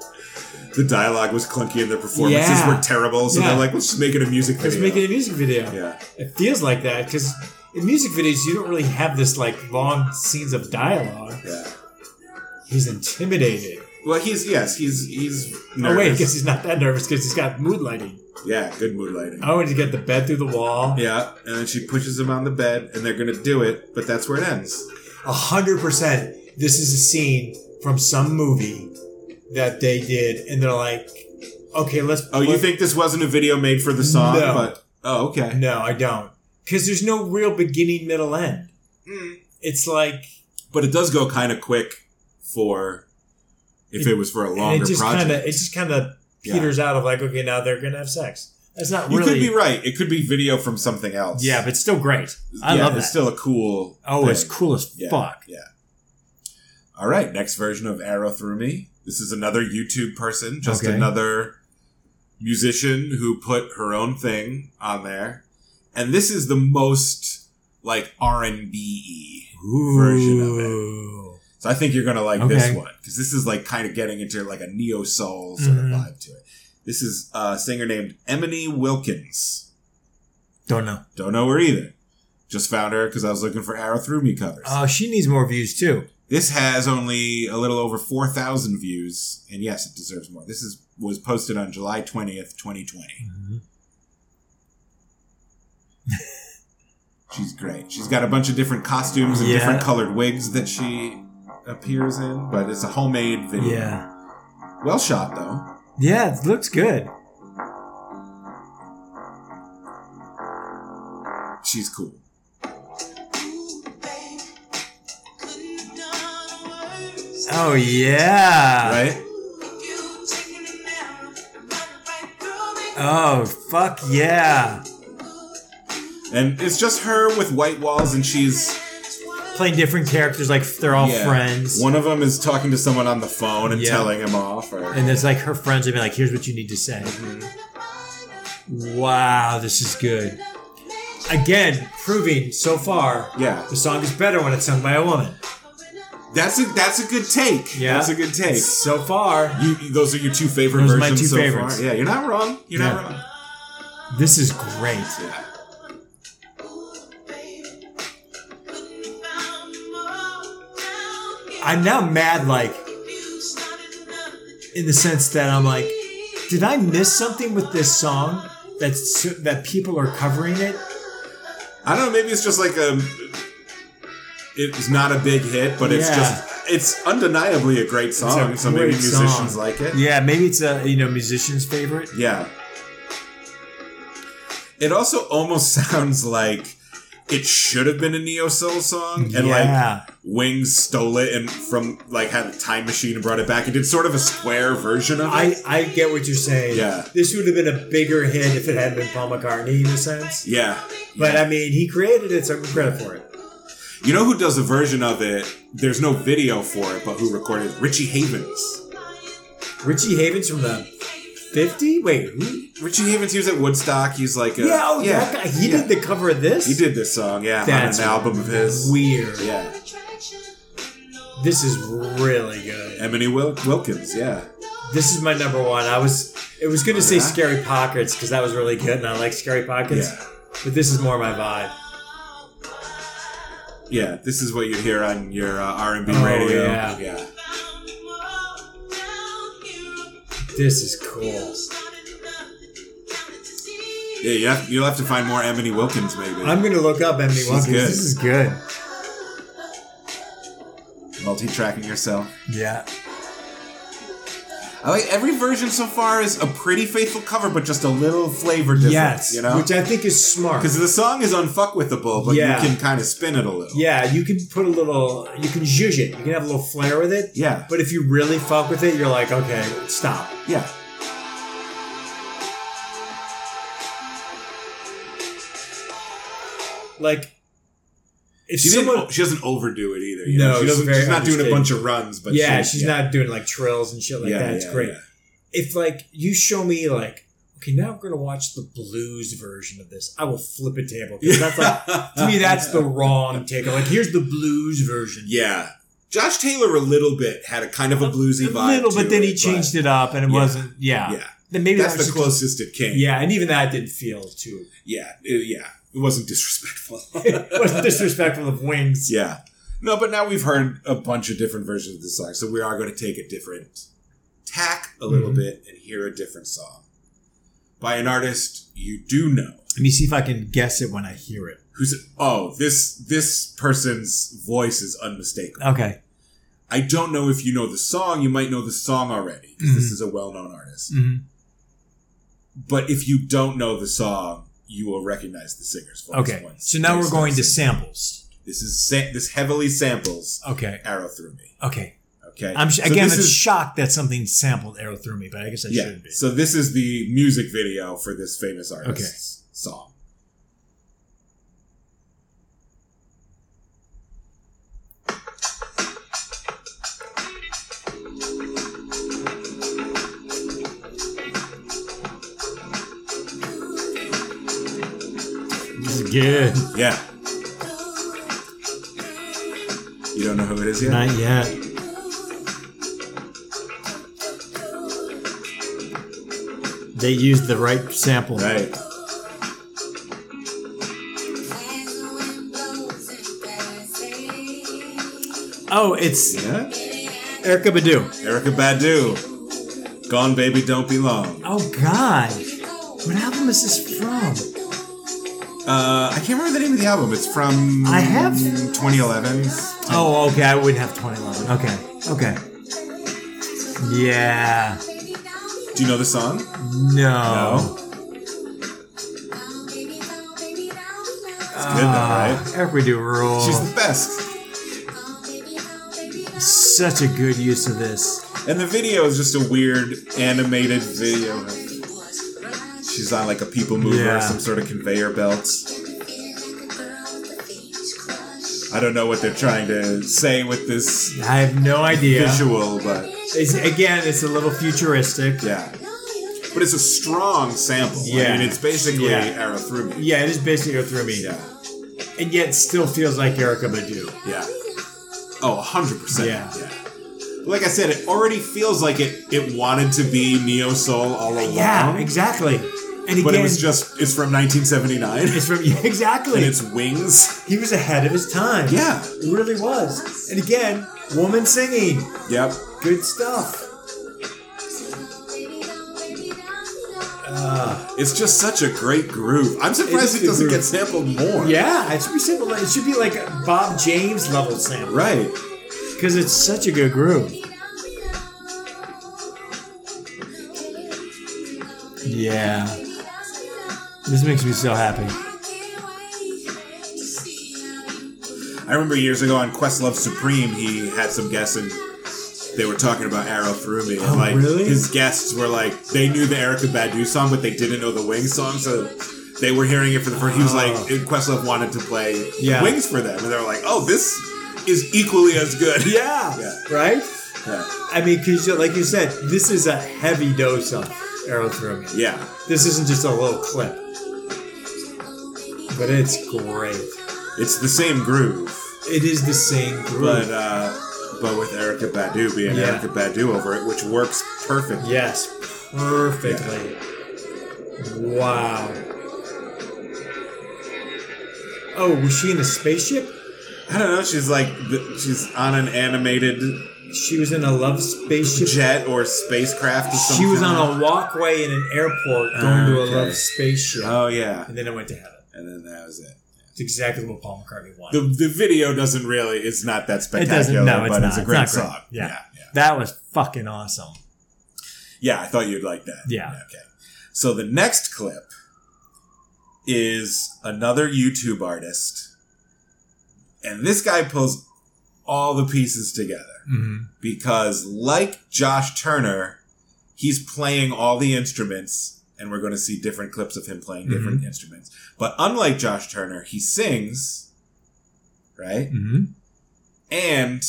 A: the dialogue was clunky and the performances
B: Yeah.
A: were terrible, so
B: Yeah.
A: they're like, let's just make it a music
B: Let's
A: video.
B: make it a music video.
A: yeah.
B: It feels like that because in music videos you don't really have this like long scenes of dialogue.
A: Yeah.
B: He's intimidated.
A: Well, he's yes, he's he's nervous.
B: Oh wait, because he's not that nervous because he's got mood lighting.
A: yeah, good mood lighting.
B: Oh, and you get the bed through the wall.
A: Yeah, and then she pushes him on the bed, and they're gonna do it, but that's where it ends.
B: A hundred percent. This is a scene from some movie that they did, and they're like, Okay, let's.
A: Oh, you
B: let's-
A: think this wasn't a video made for the song?
B: No.
A: But oh, okay.
B: No, I don't. Because there's no real beginning, middle, end.
A: Mm.
B: It's like
A: But it does go kind of quick for if
B: It-
A: it, was for a
B: and
A: longer
B: it just
A: project.
B: kind of it just kind of
A: Yeah.
B: peters out of like okay now they're gonna have sex. That's not
A: you
B: really
A: could be right. It could be video from something else.
B: yeah, but it's still great. I
A: Yeah,
B: love
A: It's
B: that.
A: still a cool.
B: Oh, it's
A: thing.
B: cool as
A: Yeah.
B: fuck.
A: All right, next version of Arrow Through Me. This is another YouTube person, just
B: Okay.
A: another musician who put her own thing on there. And this is the most like R&B. Version of it.
B: Ooh.
A: So I think you're going to like this
B: Okay.
A: one cuz this is like kind of getting into like a neo soul sort
B: Mhm.
A: of vibe to it. This is a singer named Emily Wilkins.
B: Don't know.
A: Don't know her either. Just found her cuz I was looking for Arrow Through Me covers.
B: Oh, she needs more views too.
A: This has only a little over 4,000 views, and yes, it deserves more. This is was posted on July 20th, 2020. She's great. She's got a bunch of different costumes and
B: Yeah.
A: different colored wigs that she appears in, but it's a homemade video.
B: Yeah,
A: Well shot, though.
B: yeah, it looks good.
A: She's cool.
B: Oh yeah.
A: Right?
B: Oh fuck yeah.
A: And it's just her with white walls, and she's.
B: Playing different characters like they're all
A: yeah.
B: friends.
A: One of them is talking to someone on the phone and
B: Yeah.
A: telling him off. Or,
B: and it's like her friends have been like, here's what you need to say. Wow, this is good. Again, proving so far
A: yeah.
B: the song is better when it's sung by a woman.
A: That's a, that's a good take.
B: Yeah.
A: That's a good take.
B: So far,
A: You, you- those are your two favorite
B: Those are
A: versions
B: my two
A: so
B: favorites.
A: far. Yeah, you're not wrong. You're not
B: Yeah.
A: wrong.
B: this is great.
A: Yeah.
B: I'm now mad, like, in the sense that I'm like, did I miss something with this song that's so, that people are covering it?
A: I don't know. Maybe it's just like a. It's not a big hit, but it's
B: Yeah.
A: just it's undeniably a great song. so maybe
B: great
A: musicians
B: song.
A: like it.
B: Yeah, maybe it's a you know musician's favorite.
A: Yeah. It also almost (laughs) sounds like it should have been a neo soul song, and like
B: yeah,
A: Wings stole it and from like had a time machine and brought it back and did sort of a square version of
B: I
A: it.
B: I get what you're saying.
A: Yeah.
B: this would have been a bigger hit if it had been Paul McCartney in a sense.
A: Yeah.
B: But I mean, he created it, so I give him credit for it.
A: You know who does a version of it? There's no video for it, but who recorded it? Richie Havens.
B: Richie Havens from the '50. Wait, who?
A: Richie Havens, he was at Woodstock. He's like, a,
B: Yeah, oh, that guy. He
A: yeah.
B: did the cover of this.
A: He did this song, yeah,
B: That's
A: on an album of his.
B: Weird.
A: yeah,
B: This is really good.
A: Emily Wil- Wilkins, yeah.
B: This is my number one. I was it was good to say
A: Yeah.
B: Scary Pockets because that was really good and I like Scary Pockets.
A: Yeah.
B: But this is more my vibe.
A: Yeah, this is what you hear on your uh, R&B
B: Oh,
A: radio.
B: yeah. This is cool.
A: Yeah, you have, you'll have to find more Emily Wilkins, maybe.
B: I'm gonna look up Emily
A: She's
B: Wilkins.
A: good.
B: This is good.
A: Multi-tracking yourself.
B: Yeah.
A: I like every version so far is a pretty faithful cover, but just a little flavor difference.
B: Yes.
A: you know,
B: Which I think is smart.
A: because the song is unfuckwithable, but
B: Yeah.
A: you can kind of spin it a little.
B: Yeah, you can put a little you can zhuzh it. You can have a little flair with it.
A: yeah,
B: But if you really fuck with it, you're like, okay, stop.
A: yeah.
B: Like if
A: She
B: someone
A: didn't. She doesn't overdo it either. You
B: No,
A: know? she
B: she's
A: doesn't.
B: very
A: she's not doing a
B: understated.
A: bunch of runs, but
B: yeah,
A: she-
B: she's not doing like trills and shit like that. It's great.
A: yeah.
B: If like you show me like, okay, now we're gonna watch the blues version of this, I will flip a table. 'Cause That's like
A: (laughs)
B: to me, that's the wrong take. I'm like, here's the blues version.
A: yeah. Josh Taylor a little bit had a kind of a bluesy vibe,
B: little, but
A: to
B: then he
A: it,
B: changed it up, and it
A: Yeah.
B: wasn't. Yeah,
A: Yeah,
B: Then maybe
A: that's
B: that was
A: the
B: just-
A: closest it came.
B: Yeah, and even that didn't feel too. (laughs)
A: yeah, it- yeah. It wasn't disrespectful.
B: it was disrespectful of wings.
A: yeah, no, but now we've heard a bunch of different versions of this song, so we are going to take a different tack a little
B: Mhm.
C: Mm-hmm.
A: bit and hear a different song by an artist you do know.
B: Let me see if I can guess it when I hear it.
A: Who's oh this this person's voice is unmistakable.
B: Okay.
C: Mm-hmm.
A: I don't know if you know the song. You might know the song already because this is a well-known artist.
B: Mm-hmm.
A: But if you don't know the song, you will recognize the singer's voice.
C: Okay.
A: once
C: So now
A: they
C: we're
A: start
C: going to
A: singing.
C: samples.
A: This is sa- this heavily samples uh,
C: Okay.
A: "Arrow Through Me."
C: Okay.
A: Okay.
C: I'm sh-
A: So
C: again.
A: this
C: I'm
A: is-
C: shocked that something sampled arrow through me, but I guess I
A: yeah.
C: shouldn't be.
A: So this is the music video for this famous artist's song.
B: This is good.
A: Yeah. You don't know who it is yet.
B: Not yet. They used the right sample.
A: Right.
B: Oh, it's
A: Yeah.
B: Erica Badu.
A: Erica Badu. Gone Baby Don't Be Long.
B: Oh God, what album is this from?
A: Uh, I can't remember the name of the album. It's from
B: I have-
A: 2011.
B: Oh, okay. I would have 2011. Okay, okay. Yeah.
A: Do you know the song?
B: No.
A: No.
B: It's
A: good though, right?
B: Ah, Erica Badu rule.
A: She's the best.
B: Such a good use of this.
A: And the video is just a weird animated video. She's on like a people mover or
B: Yeah.
A: some sort of conveyor belt. I don't know what they're trying to say with this
B: I have no idea.
A: visual, but
B: It's, again, it's a little futuristic.
A: yeah. But it's a strong sample. Yeah.
B: Yeah.
A: I mean, it's basically
B: Yeah.
A: Arrow Through Me.
B: Yeah, it is basically go through me.
A: Yeah.
B: And yet still feels like Erica Badu.
A: Yeah. Oh, 100%.
B: Yeah.
A: Like I said, it already feels like it, it wanted to be Neo Soul all along.
B: Yeah, exactly. And again,
A: But it was just, it's from 1979.
B: it's from (laughs) yeah, exactly.
A: (laughs) And it's Wings.
B: he was ahead of his time.
A: Yeah.
B: He really was. And again, woman singing.
A: Yep.
B: Good stuff. Uh,
A: It's just such a great groove. I'm surprised
B: is
A: it,
B: a
A: doesn't
B: groove.
A: get sampled more.
B: yeah, it should be simple. It should be like a Bob James level sample.
A: Right.
B: Because it's such a good groove. Yeah. This makes me so happy.
A: I remember years ago on Questlove Supreme, he had some guests and they were talking about Arrow Through Me. And
B: Oh,
A: like
B: really?
A: his guests were like they knew the Erica Badu song, but they didn't know the Wings song, so they were hearing it for the first. He was like,
B: Oh.
A: and Questlove wanted to play
B: Yeah.
A: Wings for them, and they were like, "Oh, this is equally as good."
B: Yeah.
A: Yeah.
B: Right?
A: yeah,
B: I mean, because like you said, this is a heavy dose of Arrow Through Me.
A: (laughs) yeah.
B: This isn't just a little clip. But it's great.
A: It's the same groove,
B: It is the same groove.
A: but uh, but with Erica Badu being
B: Yeah.
A: Erica Badu over it, which works perfect.
B: yes, perfectly. Wow. Oh, was she in a spaceship?
A: I don't know. She's like th- she's on an animated
B: She was in a love spaceship.
A: jet or spacecraft or something.
B: She was on a walkway in an airport going to a
A: Okay.
B: love spaceship.
A: Oh yeah,
B: And then it went to heaven.
A: and then that was it.
B: It's exactly what Paul McCartney wanted.
A: The the video doesn't really. It's not that
B: doesn't-
A: spectacular,
B: no, it's
A: but it's
B: not.
A: a
B: It's
A: great
B: not great.
A: song.
B: Yeah.
A: yeah,
B: that was fucking awesome.
A: Yeah, I thought you'd like that.
B: Yeah.
A: Okay. So the next clip is another YouTube artist, and this guy pulls all the pieces together
B: Mm-hmm.
A: because, like Josh Turner, he's playing all the instruments, and we're going to see different clips of him playing different
B: Mm-hmm.
A: instruments. But unlike Josh Turner, he sings, right?
B: Mm-hmm.
A: And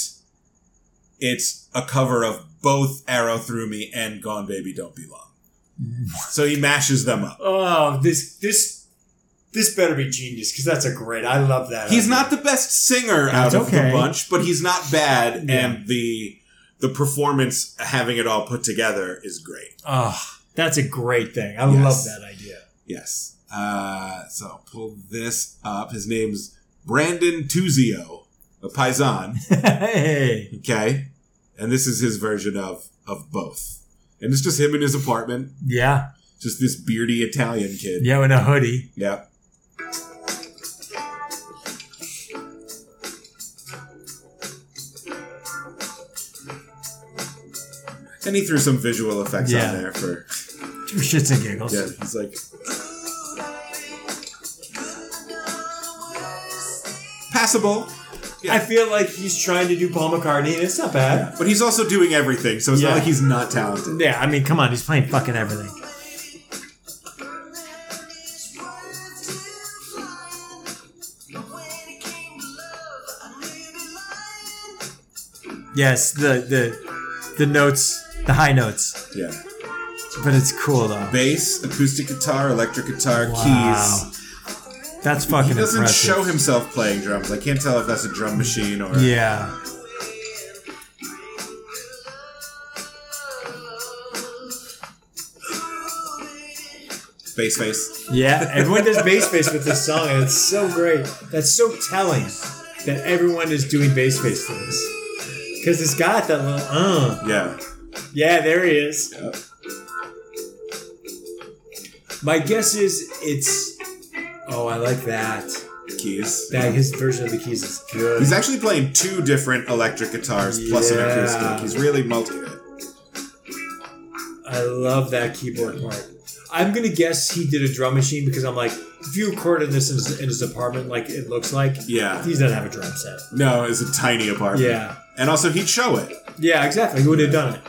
A: it's a cover of both Arrow Through Me and Gone Baby Don't Be Long.
B: (laughs)
A: So he mashes them up.
D: Oh, this this this better be genius because that's a great. I love that.
A: He's not the best singer
B: That's
A: out of
B: okay.
A: the bunch, but he's not bad,
B: Yeah.
A: and the the performance having it all put together is great.
B: Oh, that's a great thing. I
A: Yes.
B: love that
E: (laughs)
B: idea.
A: Yes. Uh, so I'll pull this up. His name's Brandon Tuzio, a Paisan.
B: hey.
A: Okay. And this is his version of of both. And it's just him in his apartment.
B: Yeah.
A: Just this beardy Italian kid.
B: Yeah, in a hoodie.
A: Yep. And he threw some visual effects
B: Yeah.
A: on there for
E: Two shits and giggles.
A: Yeah, he's like, passable. Yeah.
F: I feel like he's trying to do Paul McCartney, and it's not bad.
A: But he's also doing everything, so it's
F: Yeah.
A: not like he's not talented.
E: Yeah, I mean, come on, he's playing fucking everything. Yes, the the the notes, the high notes,
A: Yeah.
E: but it's cool though.
A: Bass, acoustic guitar, electric guitar,
E: Wow.
A: keys.
E: That's fucking
A: He doesn't
E: impressive.
A: show himself playing drums. I can't tell if that's a drum machine or.
E: Yeah,
A: Bass face.
E: yeah. Everyone
B: Everyone
E: does.
B: does bass face with this song, and it's so great. That's so telling that everyone is doing bass face for this. Because it's got that little, uh.
A: Yeah.
B: Yeah, there he is.
A: Yep.
B: My guess is it's. Oh, I like that.
A: Keys.
B: That his version of the keys is good.
A: He's actually playing two different electric guitars plus an
B: Yeah.
A: acoustic. He's really multi it.
B: I love that keyboard part. I'm gonna guess he did a drum machine because I'm like, if you recorded this in his, in his apartment, like it looks like,
A: Yeah.
B: he doesn't have a drum set.
A: No, it's a tiny apartment.
B: Yeah,
A: And also, he'd show it,
B: yeah, exactly. He would have done it.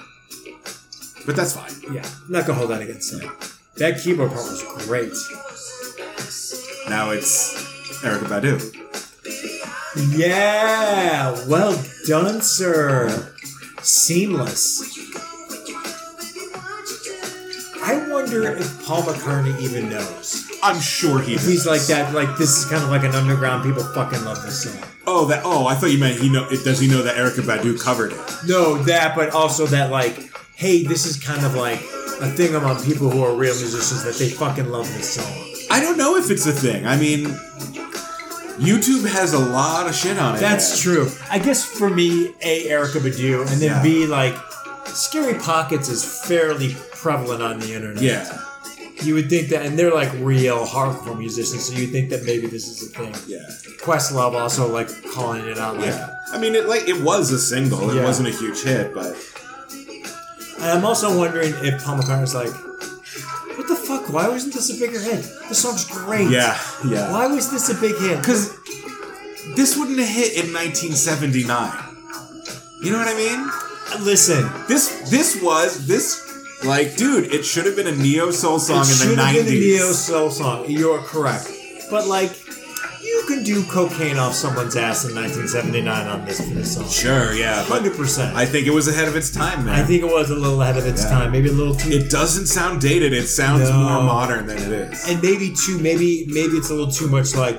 A: but that's fine.
B: Yeah, I'm not gonna hold that against him. That keyboard part was great.
A: Now it's Erica Badu.
B: Yeah, well done, sir. Seamless. I wonder if Paul McCartney even knows.
A: I'm sure he.
B: If he's
A: does.
B: like that, like this is kind of like an underground. People fucking love this song.
A: Oh, that. Oh, I thought you meant he know. It, does he know that Erica Badu covered it?
B: No, that, but also that, like, hey, this is kind of like a thing among people who are real musicians that they fucking love this song.
A: I don't know if it's a thing. I mean, YouTube has a lot of shit on it.
B: That's true. I guess for me, A, Erica Badu, and then
A: Yeah.
B: B, like, Scary Pockets is fairly prevalent on the internet.
A: Yeah,
B: You would think that, and they're like real hardcore musicians, so you think that maybe this is a thing.
A: yeah,
B: Questlove also, like, calling it out. Like,
A: yeah. I mean, it like it was a single. It
B: Yeah.
A: wasn't a huge hit, but
B: And I'm also wondering if Paul McCartney's like, what the fuck? Why wasn't this a bigger hit? This song's great.
A: yeah, yeah.
B: Why was this a big hit?
A: Because this wouldn't have hit in 1979. You know what I mean?
B: Listen,
A: This this was this like, dude. It should have been a neo soul song
B: it
A: in the
B: should have
A: 90s.
B: been a neo soul song. You're correct, but like, you can do cocaine off someone's ass in 1979 on this for this song.
A: sure, yeah, but
B: Hundred percent.
A: I think it was ahead of its time, man.
B: I think it was a little ahead of its
A: Yeah.
B: time, maybe a little too,
A: it doesn't sound dated. It sounds
B: No.
A: more modern than it is.
B: and maybe too, maybe maybe it's a little too much. Like,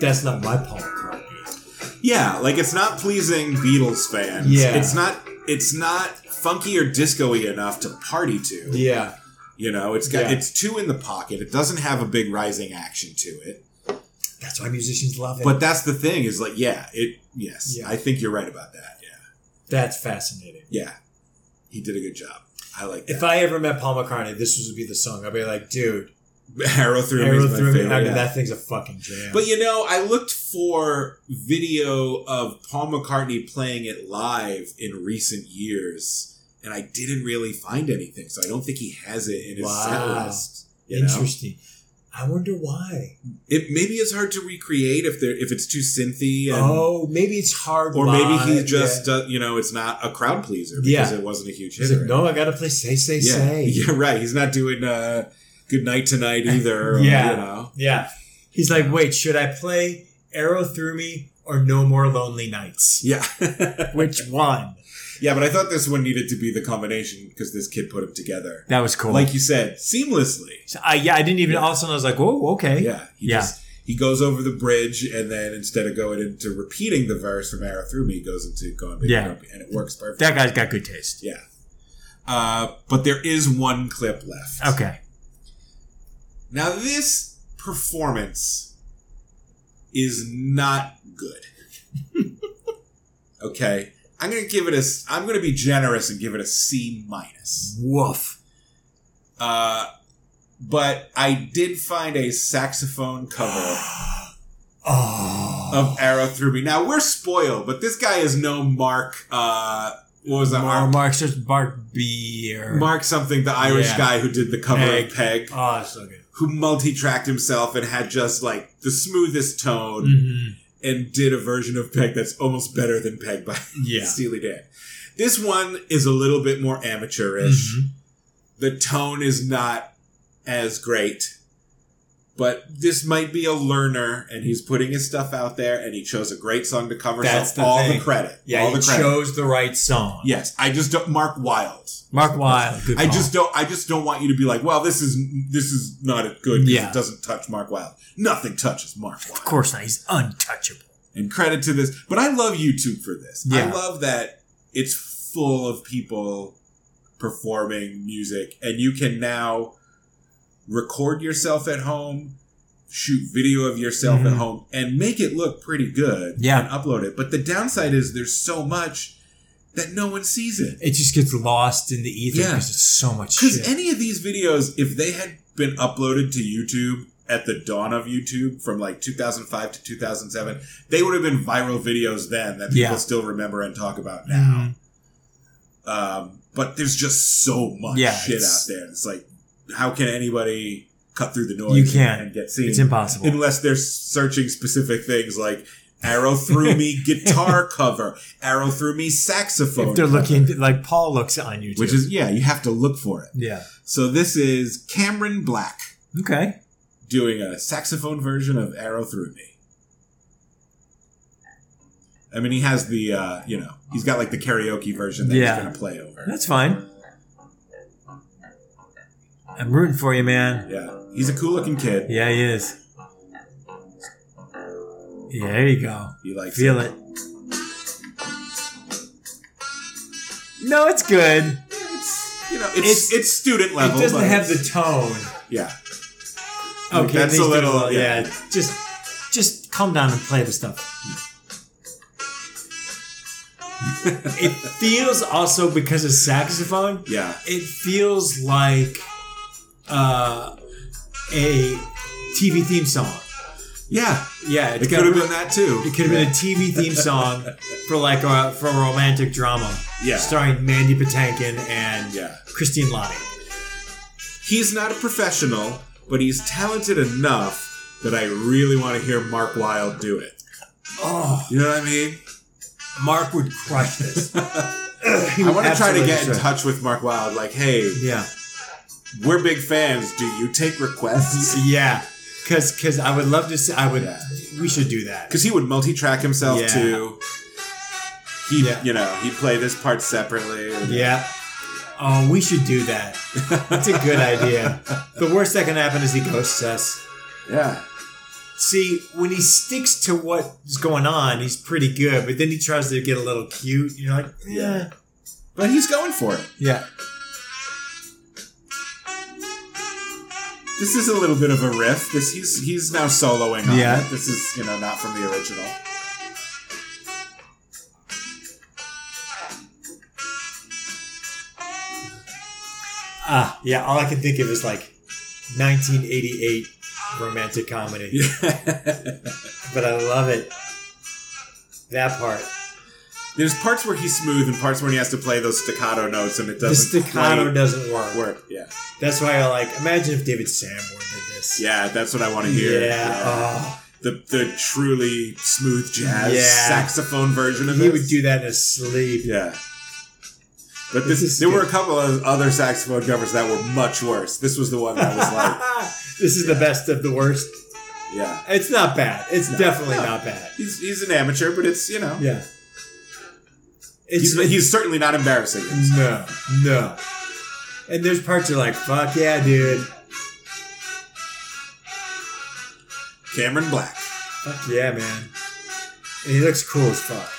B: that's not my Paul McCartney.
A: Yeah, like it's not pleasing Beatles fans.
B: Yeah.
A: It's not it's not funky or disco-y enough to party to.
B: Yeah,
A: You know, it's got
B: Yeah.
A: it's too in the pocket. It doesn't have a big rising action to it.
B: that's why musicians love it.
A: But that's the thing is like yeah, it yes.
B: Yeah.
A: I think you're right about that. Yeah.
B: that's fascinating.
A: Yeah. He did a good job. I like that.
B: If I ever met Paul McCartney, this would be the song. I'd be like, dude,
A: (laughs) Arrow through Me
B: arrow
A: is my
B: through me.
A: favorite.
B: I mean,
A: yeah.
B: that thing's a fucking jam.
A: But you know, I looked for video of Paul McCartney playing it live in recent years, and I didn't really find anything. So I don't think he has it in his
B: Wow.
A: set list. You know?
B: Interesting. I wonder why.
A: It maybe it's hard to recreate if there if it's too synthy, and,
B: oh, maybe it's hard.
A: or maybe he
B: live,
A: just uh, you know it's not a crowd pleaser because it wasn't a huge
B: yeah.
A: hit.
B: He's
A: or
B: like, no, I gotta play say say
A: anything. yeah.
B: say.
A: (laughs) yeah, right. He's not doing uh, good night
B: (laughs)
A: tonight either. or,
B: Yeah.
A: you know.
B: Yeah. He's like, wait, should I play Arrow Through Me or No More Lonely Nights?
A: Yeah, (laughs)
B: Which one?
A: yeah, but I thought this one needed to be the combination because this kid put them together.
E: that was cool.
A: like you said, seamlessly.
E: So, I, yeah, I didn't even. All of a sudden, I was like, "Whoa, okay."
A: Yeah, he
E: Yeah.
A: Just, he goes over the bridge, and then instead of going into repeating the verse from "Arrow Through Me," he goes into "Going Big
E: Yeah.
A: Grumpy," and it works perfect.
E: That guy's got good taste.
A: yeah, uh, but there is one clip left.
E: Okay.
A: now this performance is not good. okay, I'm gonna give it a. s- I'm gonna be generous and give it a C minus.
E: Woof.
A: Uh, but I did find a saxophone cover.
B: (gasps) Oh.
A: of Arrow Through Me. Now we're spoiled, but this guy is no Mark uh, What was that?
B: Mar-
A: Mark,
B: Mark says Bart B or
A: Mark something, the Irish
B: Yeah.
A: guy who did the cover
G: Peg.
A: of Peg,
G: Oh, so good.
A: who multi-tracked himself and had just like the smoothest tone
B: Mhm.
A: and did a version of Peg that's almost better than Peg by (laughs)
B: Yeah.
A: Steely Dan. This one is a little bit more amateurish.
B: Mhm.
A: The tone is not as great, but this might be a learner, and he's putting his stuff out there, and he chose a great song to cover.
B: That's
A: so
B: the
A: all
B: thing.
A: the credit.
B: Yeah,
A: all
B: he
A: the credit.
B: chose the right song.
A: yes, I just don't. Mark Wilde.
B: Mark Wilde. Good
A: I
B: call.
A: just don't. I just don't want you to be like, well, this is this is not a good. 'cause
B: Yeah.
A: it doesn't touch Mark Wilde. Nothing touches Mark Wilde
B: Of course not. He's untouchable.
A: and credit to this. But I love YouTube for this. I
B: Yeah.
A: love that it's full of people performing music, and you can now record yourself at home, shoot video of yourself at
B: Mhm.
A: home, and make it look pretty good.
B: Yeah.
A: and upload it. But the downside is there's so much that no one sees it.
B: It just gets lost in the ether
A: Yeah.
B: because it's so much
A: Because
B: shit.
A: any of these videos, if they had been uploaded to YouTube at the dawn of YouTube from like 2005 to 2007, they would have been viral videos then that people
B: Yeah.
A: still remember and talk about now.
B: Mhm.
A: Um, but there's just so much
B: Yeah,
A: shit out
B: it's-
A: there. It's like, how can anybody cut through the noise
B: You
A: and-
B: can't.
A: and get
B: It's
A: seen?
B: impossible.
A: Unless they're searching specific things like arrow through
B: (laughs)
A: me guitar cover, arrow through me saxophone.
B: if they're
A: cover,
B: looking like Paul looks on YouTube,
A: which is, yeah, you have to look for it.
B: yeah,
A: So this is Cameron Black
B: okay.
A: doing a saxophone version of "Arrow Through Me." I mean, he has the uh, you know he's got like the karaoke version that
B: Yeah.
A: he's gonna play over.
B: That's fine. I'm rooting for you, man.
A: Yeah, he's a cool looking kid.
B: Yeah, he is. Yeah, there you go.
A: He likes
B: Feel it. No, it's good.
A: You know, it's it's,
B: It's-
A: student level.
G: it doesn't
A: but
G: have the
A: it's-
G: tone.
A: yeah.
B: Okay,
A: that's
B: these
A: a little-
B: people- yeah. Just, just calm down and play the stuff. it feels also because it's saxophone.
A: Yeah,
B: It feels like uh, a TV theme song.
A: yeah.
B: Yeah,
A: It
B: it's
A: could have
B: got-
A: been that too.
B: It could have been a TV theme song for like a for a romantic drama.
A: Yeah.
B: starring Mandy Patinkin and
A: Yeah.
B: Christine Lottie.
A: He's not a professional, but he's talented enough that I really want to hear Mark Wilde do it.
B: Oh,
A: You know what I mean?
B: Mark would crush (laughs) this.
A: I want to try to get in
B: Absolutely.
A: touch with Mark Wilde. Like, hey,
B: Yeah,
A: we're big fans. Do you take
B: (laughs)
A: requests?
B: yeah, because because I would love to. See, I would.
A: Yeah.
B: We should do that.
A: Because he would multi-track himself
B: Yeah.
A: too. He,
B: Yeah.
A: would you know, he'd play this part separately.
B: Yeah. Oh, we should do that. That's a
A: (laughs)
B: good idea. The worst that can happen is he ghosts us.
A: yeah,
B: See, when he sticks to what's going on, he's pretty good. But then he tries to get a little cute. You're like, yeah,
A: but he's going for it.
B: yeah.
A: This is a little bit of a riff. This he's he's now soloing on
B: Yeah.
A: it. This is you know not from the original. (laughs)
B: Ah, yeah. All I can think of is like 1988 romantic comedy, but I love it. That part,
A: There's parts where he's smooth and parts where he has to play those staccato notes and it
B: the
A: doesn't
B: staccato
A: quite
B: doesn't work.
A: work. Yeah,
B: That's why I like. Imagine if David Sanborn did this.
A: yeah, that's what I want to hear.
B: Yeah. Oh,
A: the the truly smooth jazz
B: Yeah.
A: saxophone version of
B: he
A: this.
B: would do that in his sleep.
A: Yeah. But
B: This
A: this,
B: is
A: there were a
B: good.
A: couple of other saxophone covers that were much worse. This was the one that was
B: (laughs)
A: like,
B: this is the best of the worst.
A: yeah.
B: It's not bad. It's
A: No,
B: definitely
A: no.
B: not bad.
A: He's, he's an amateur, but it's, you know,
B: Yeah. It's Mm.
A: he's, he's certainly not embarrassing. himself.
B: no, no. And there's parts you're like, fuck yeah, dude.
A: Cameron Black.
B: Fuck yeah, man. And he looks cool as fuck.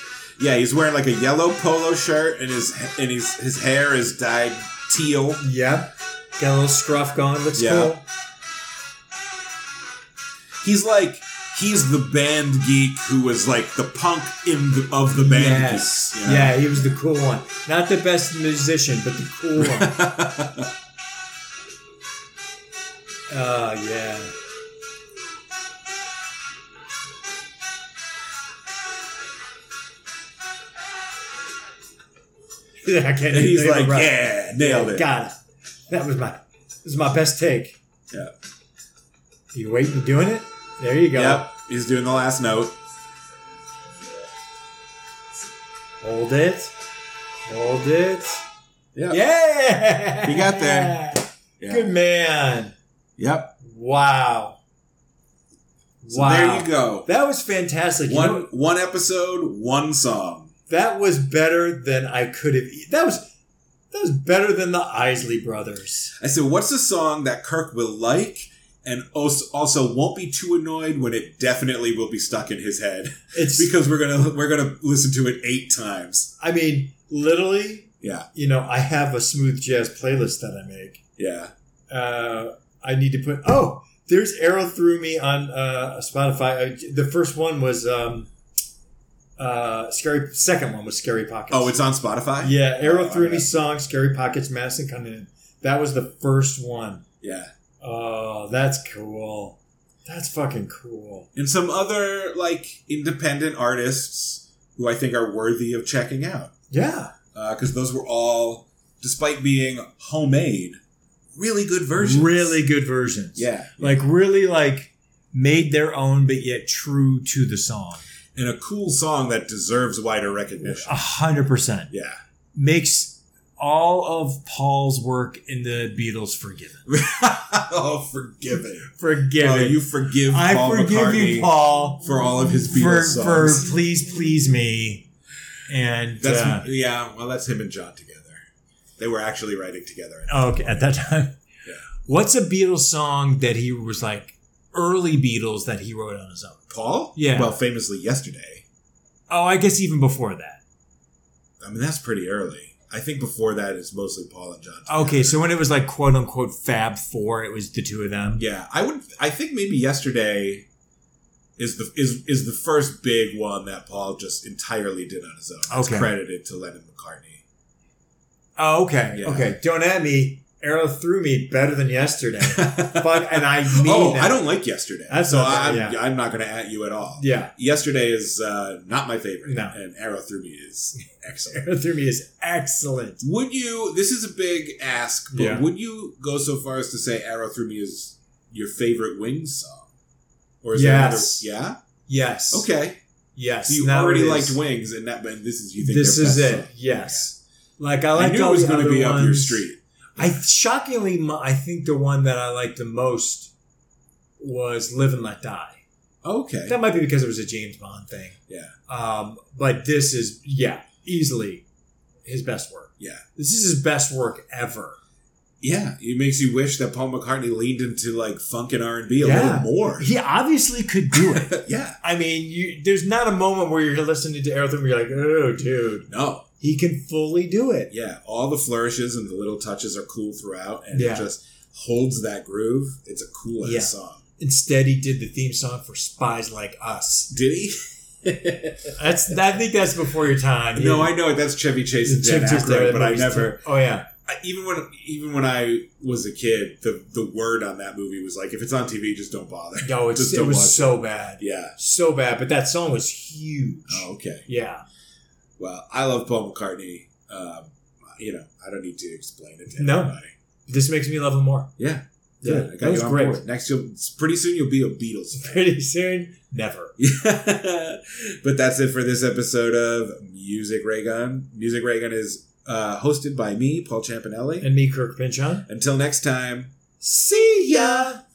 A: Yeah, he's wearing like a yellow polo shirt and his and he's, his hair is dyed teal.
B: Yep. Got a little scruff going. Looks
A: Yeah.
B: cool.
A: He's like, he's the band geek who was like the punk in the, of the band
B: yes.
A: geeks. you know?
B: Yeah, he was the cool one. Not the best musician, but the
A: (laughs)
B: cool one. Oh, yeah. (laughs) I can't
A: And he's
B: think of
A: like,
B: right.
A: yeah, nailed it.
B: Got it. That was my this is my best take.
A: Yeah.
B: You waiting doing it? There you go.
A: Yep, he's doing the last note.
B: Hold it. Hold it.
A: Yep.
B: Yeah.
A: You got there. Yeah.
B: Good man.
A: Yep.
B: Wow.
A: So
B: wow.
A: there you go.
B: That was fantastic. You
A: one
B: know,
A: one episode, one song.
B: that was better than I could have. e- That was that was better than the Isley Brothers.
A: I said, what's a song that Kirk will like and also, also won't be too annoyed when it definitely will be stuck in his head (laughs)
B: It's
A: because we're gonna we're gonna listen to it eight times.
B: I mean, literally,
A: Yeah.
B: you know, I have a smooth jazz playlist that I make.
A: Yeah.
B: Uh, I need to put, oh, there's Arrow Through Me on uh, Spotify. I, the first one was, um, uh, Scary, second one was Scary Pockets.
A: Oh, it's on Spotify. (laughs)
B: yeah, Arrow
A: Oh,
B: Through
A: yeah.
B: Me song, Scary Pockets, Madison Cunningham. That was the first one.
A: Yeah.
B: Oh, that's cool. That's fucking cool.
A: And some other like independent artists who I think are worthy of checking out
B: Yeah.
A: because Uh, those were all, despite being homemade, really good versions.
H: Really good versions.
A: Yeah.
H: Like really like made their own but yet true to the song.
A: and a cool song that deserves wider
H: A
A: recognition.
H: hundred percent.
A: Yeah.
H: Makes all of Paul's work in the Beatles forgiven.
A: (laughs) oh, forgiven.
H: Forgiven.
A: oh, you forgive
H: I
A: Paul
H: forgive
A: McCartney
H: you, Paul,
A: for all of his
H: for,
A: Beatles
H: for
A: songs.
H: please, please me. And
A: that's
H: uh,
A: yeah. Well, that's him and John together. They were actually writing together.
H: Oh, okay, at that time,
A: Yeah.
H: what's a Beatles song that he was like early Beatles that he wrote on his own?
A: Paul.
H: Yeah.
A: Well, famously yesterday.
H: Oh, I guess even before that.
A: I mean, that's pretty early. I think before that it's mostly Paul and John. Together.
H: Okay, so when it was like quote unquote Fab Four, it was the two of them.
A: yeah, I would. I think maybe yesterday is the is is the first big one that Paul just entirely did on his own. It's
H: Okay.
A: credited to Lennon McCartney.
H: Oh, okay.
A: Yeah.
B: Okay, don't at me. Arrow Through Me better
A: (laughs)
B: than yesterday. Fuck, and I mean
A: oh,
B: that.
A: I don't like yesterday.
B: That's
A: so
B: not
A: I'm,
B: bad,
A: I'm not going to at you at all.
B: Yeah.
A: Yesterday is uh, not my favorite.
B: No.
A: And Arrow Through Me is (laughs) excellent.
B: Arrow Through Me is excellent.
A: would you, this is a big ask, but
B: Yeah.
A: would you go so far as to say Arrow Through Me is your favorite Wings song? Or is
B: Yes.
A: there another?
B: Yes.
A: Yeah? Okay.
B: Yes.
A: So you
B: now
A: already
B: it is.
A: liked Wings, and that, and this is, you think,
B: This
A: their
B: is
A: best
B: it.
A: song.
B: Yes. Like I
A: I,
B: like
A: knew it
B: all
A: was
B: the
A: going
B: other
A: to be
B: ones.
A: up your street.
B: I shockingly, my, I think the one that I liked the most was "Live and Let Die."
A: Okay.
B: That might be because it was a James Bond thing.
A: Yeah.
B: Um, but this is yeah easily his best work.
A: Yeah.
B: This is his best work ever.
A: yeah. It makes you wish that Paul McCartney leaned into like funk and R&B a
B: Yeah.
A: little more.
H: He obviously could do it.
A: (laughs) yeah.
B: (laughs) I mean, you, there's not a moment where you're listening to Aerotherm and you're like, oh, dude,
A: No.
B: he can fully do it.
A: yeah, all the flourishes and the little touches are cool throughout, and
B: Yeah.
A: it just holds that groove. It's a cool ass
B: Yeah.
A: song.
B: Instead, he did the theme song for Spies Like
H: (laughs)
B: Us.
A: Did he?
B: That's I think that's before your time.
A: no,
B: He-
A: I know it. That's Chevy Chase and
B: Chip
A: Dan
B: Chip Taylor
A: Aykroyd, but I
B: movies
A: never.
B: too. Oh yeah,
A: I, even when even when I was a kid, the the word on that movie was like, if it's on TV, just don't bother. (laughs)
B: no, it's,
A: Just
B: it
A: don't
B: was
A: watch
B: so bad,
A: Yeah.
B: so bad. But that song was huge.
A: Oh, okay.
B: Yeah,
A: Well, I love Paul McCartney. Um, you know, I don't need to explain it to
B: No.
A: everybody.
B: this makes me love him more.
A: Yeah.
B: Yeah,
A: Good. I
B: that
A: got
B: was
A: you on
B: great.
A: board. Next, you'll pretty soon you'll be a Beatles fan. (laughs)
B: (laughs) Pretty soon, never.
A: Yeah. but that's it for this episode of Music Ray Gun. Music Ray Gun is uh, hosted by me, Paul Champanelli.
B: And me, Kirk Pinchon.
A: Until next time.
B: See ya.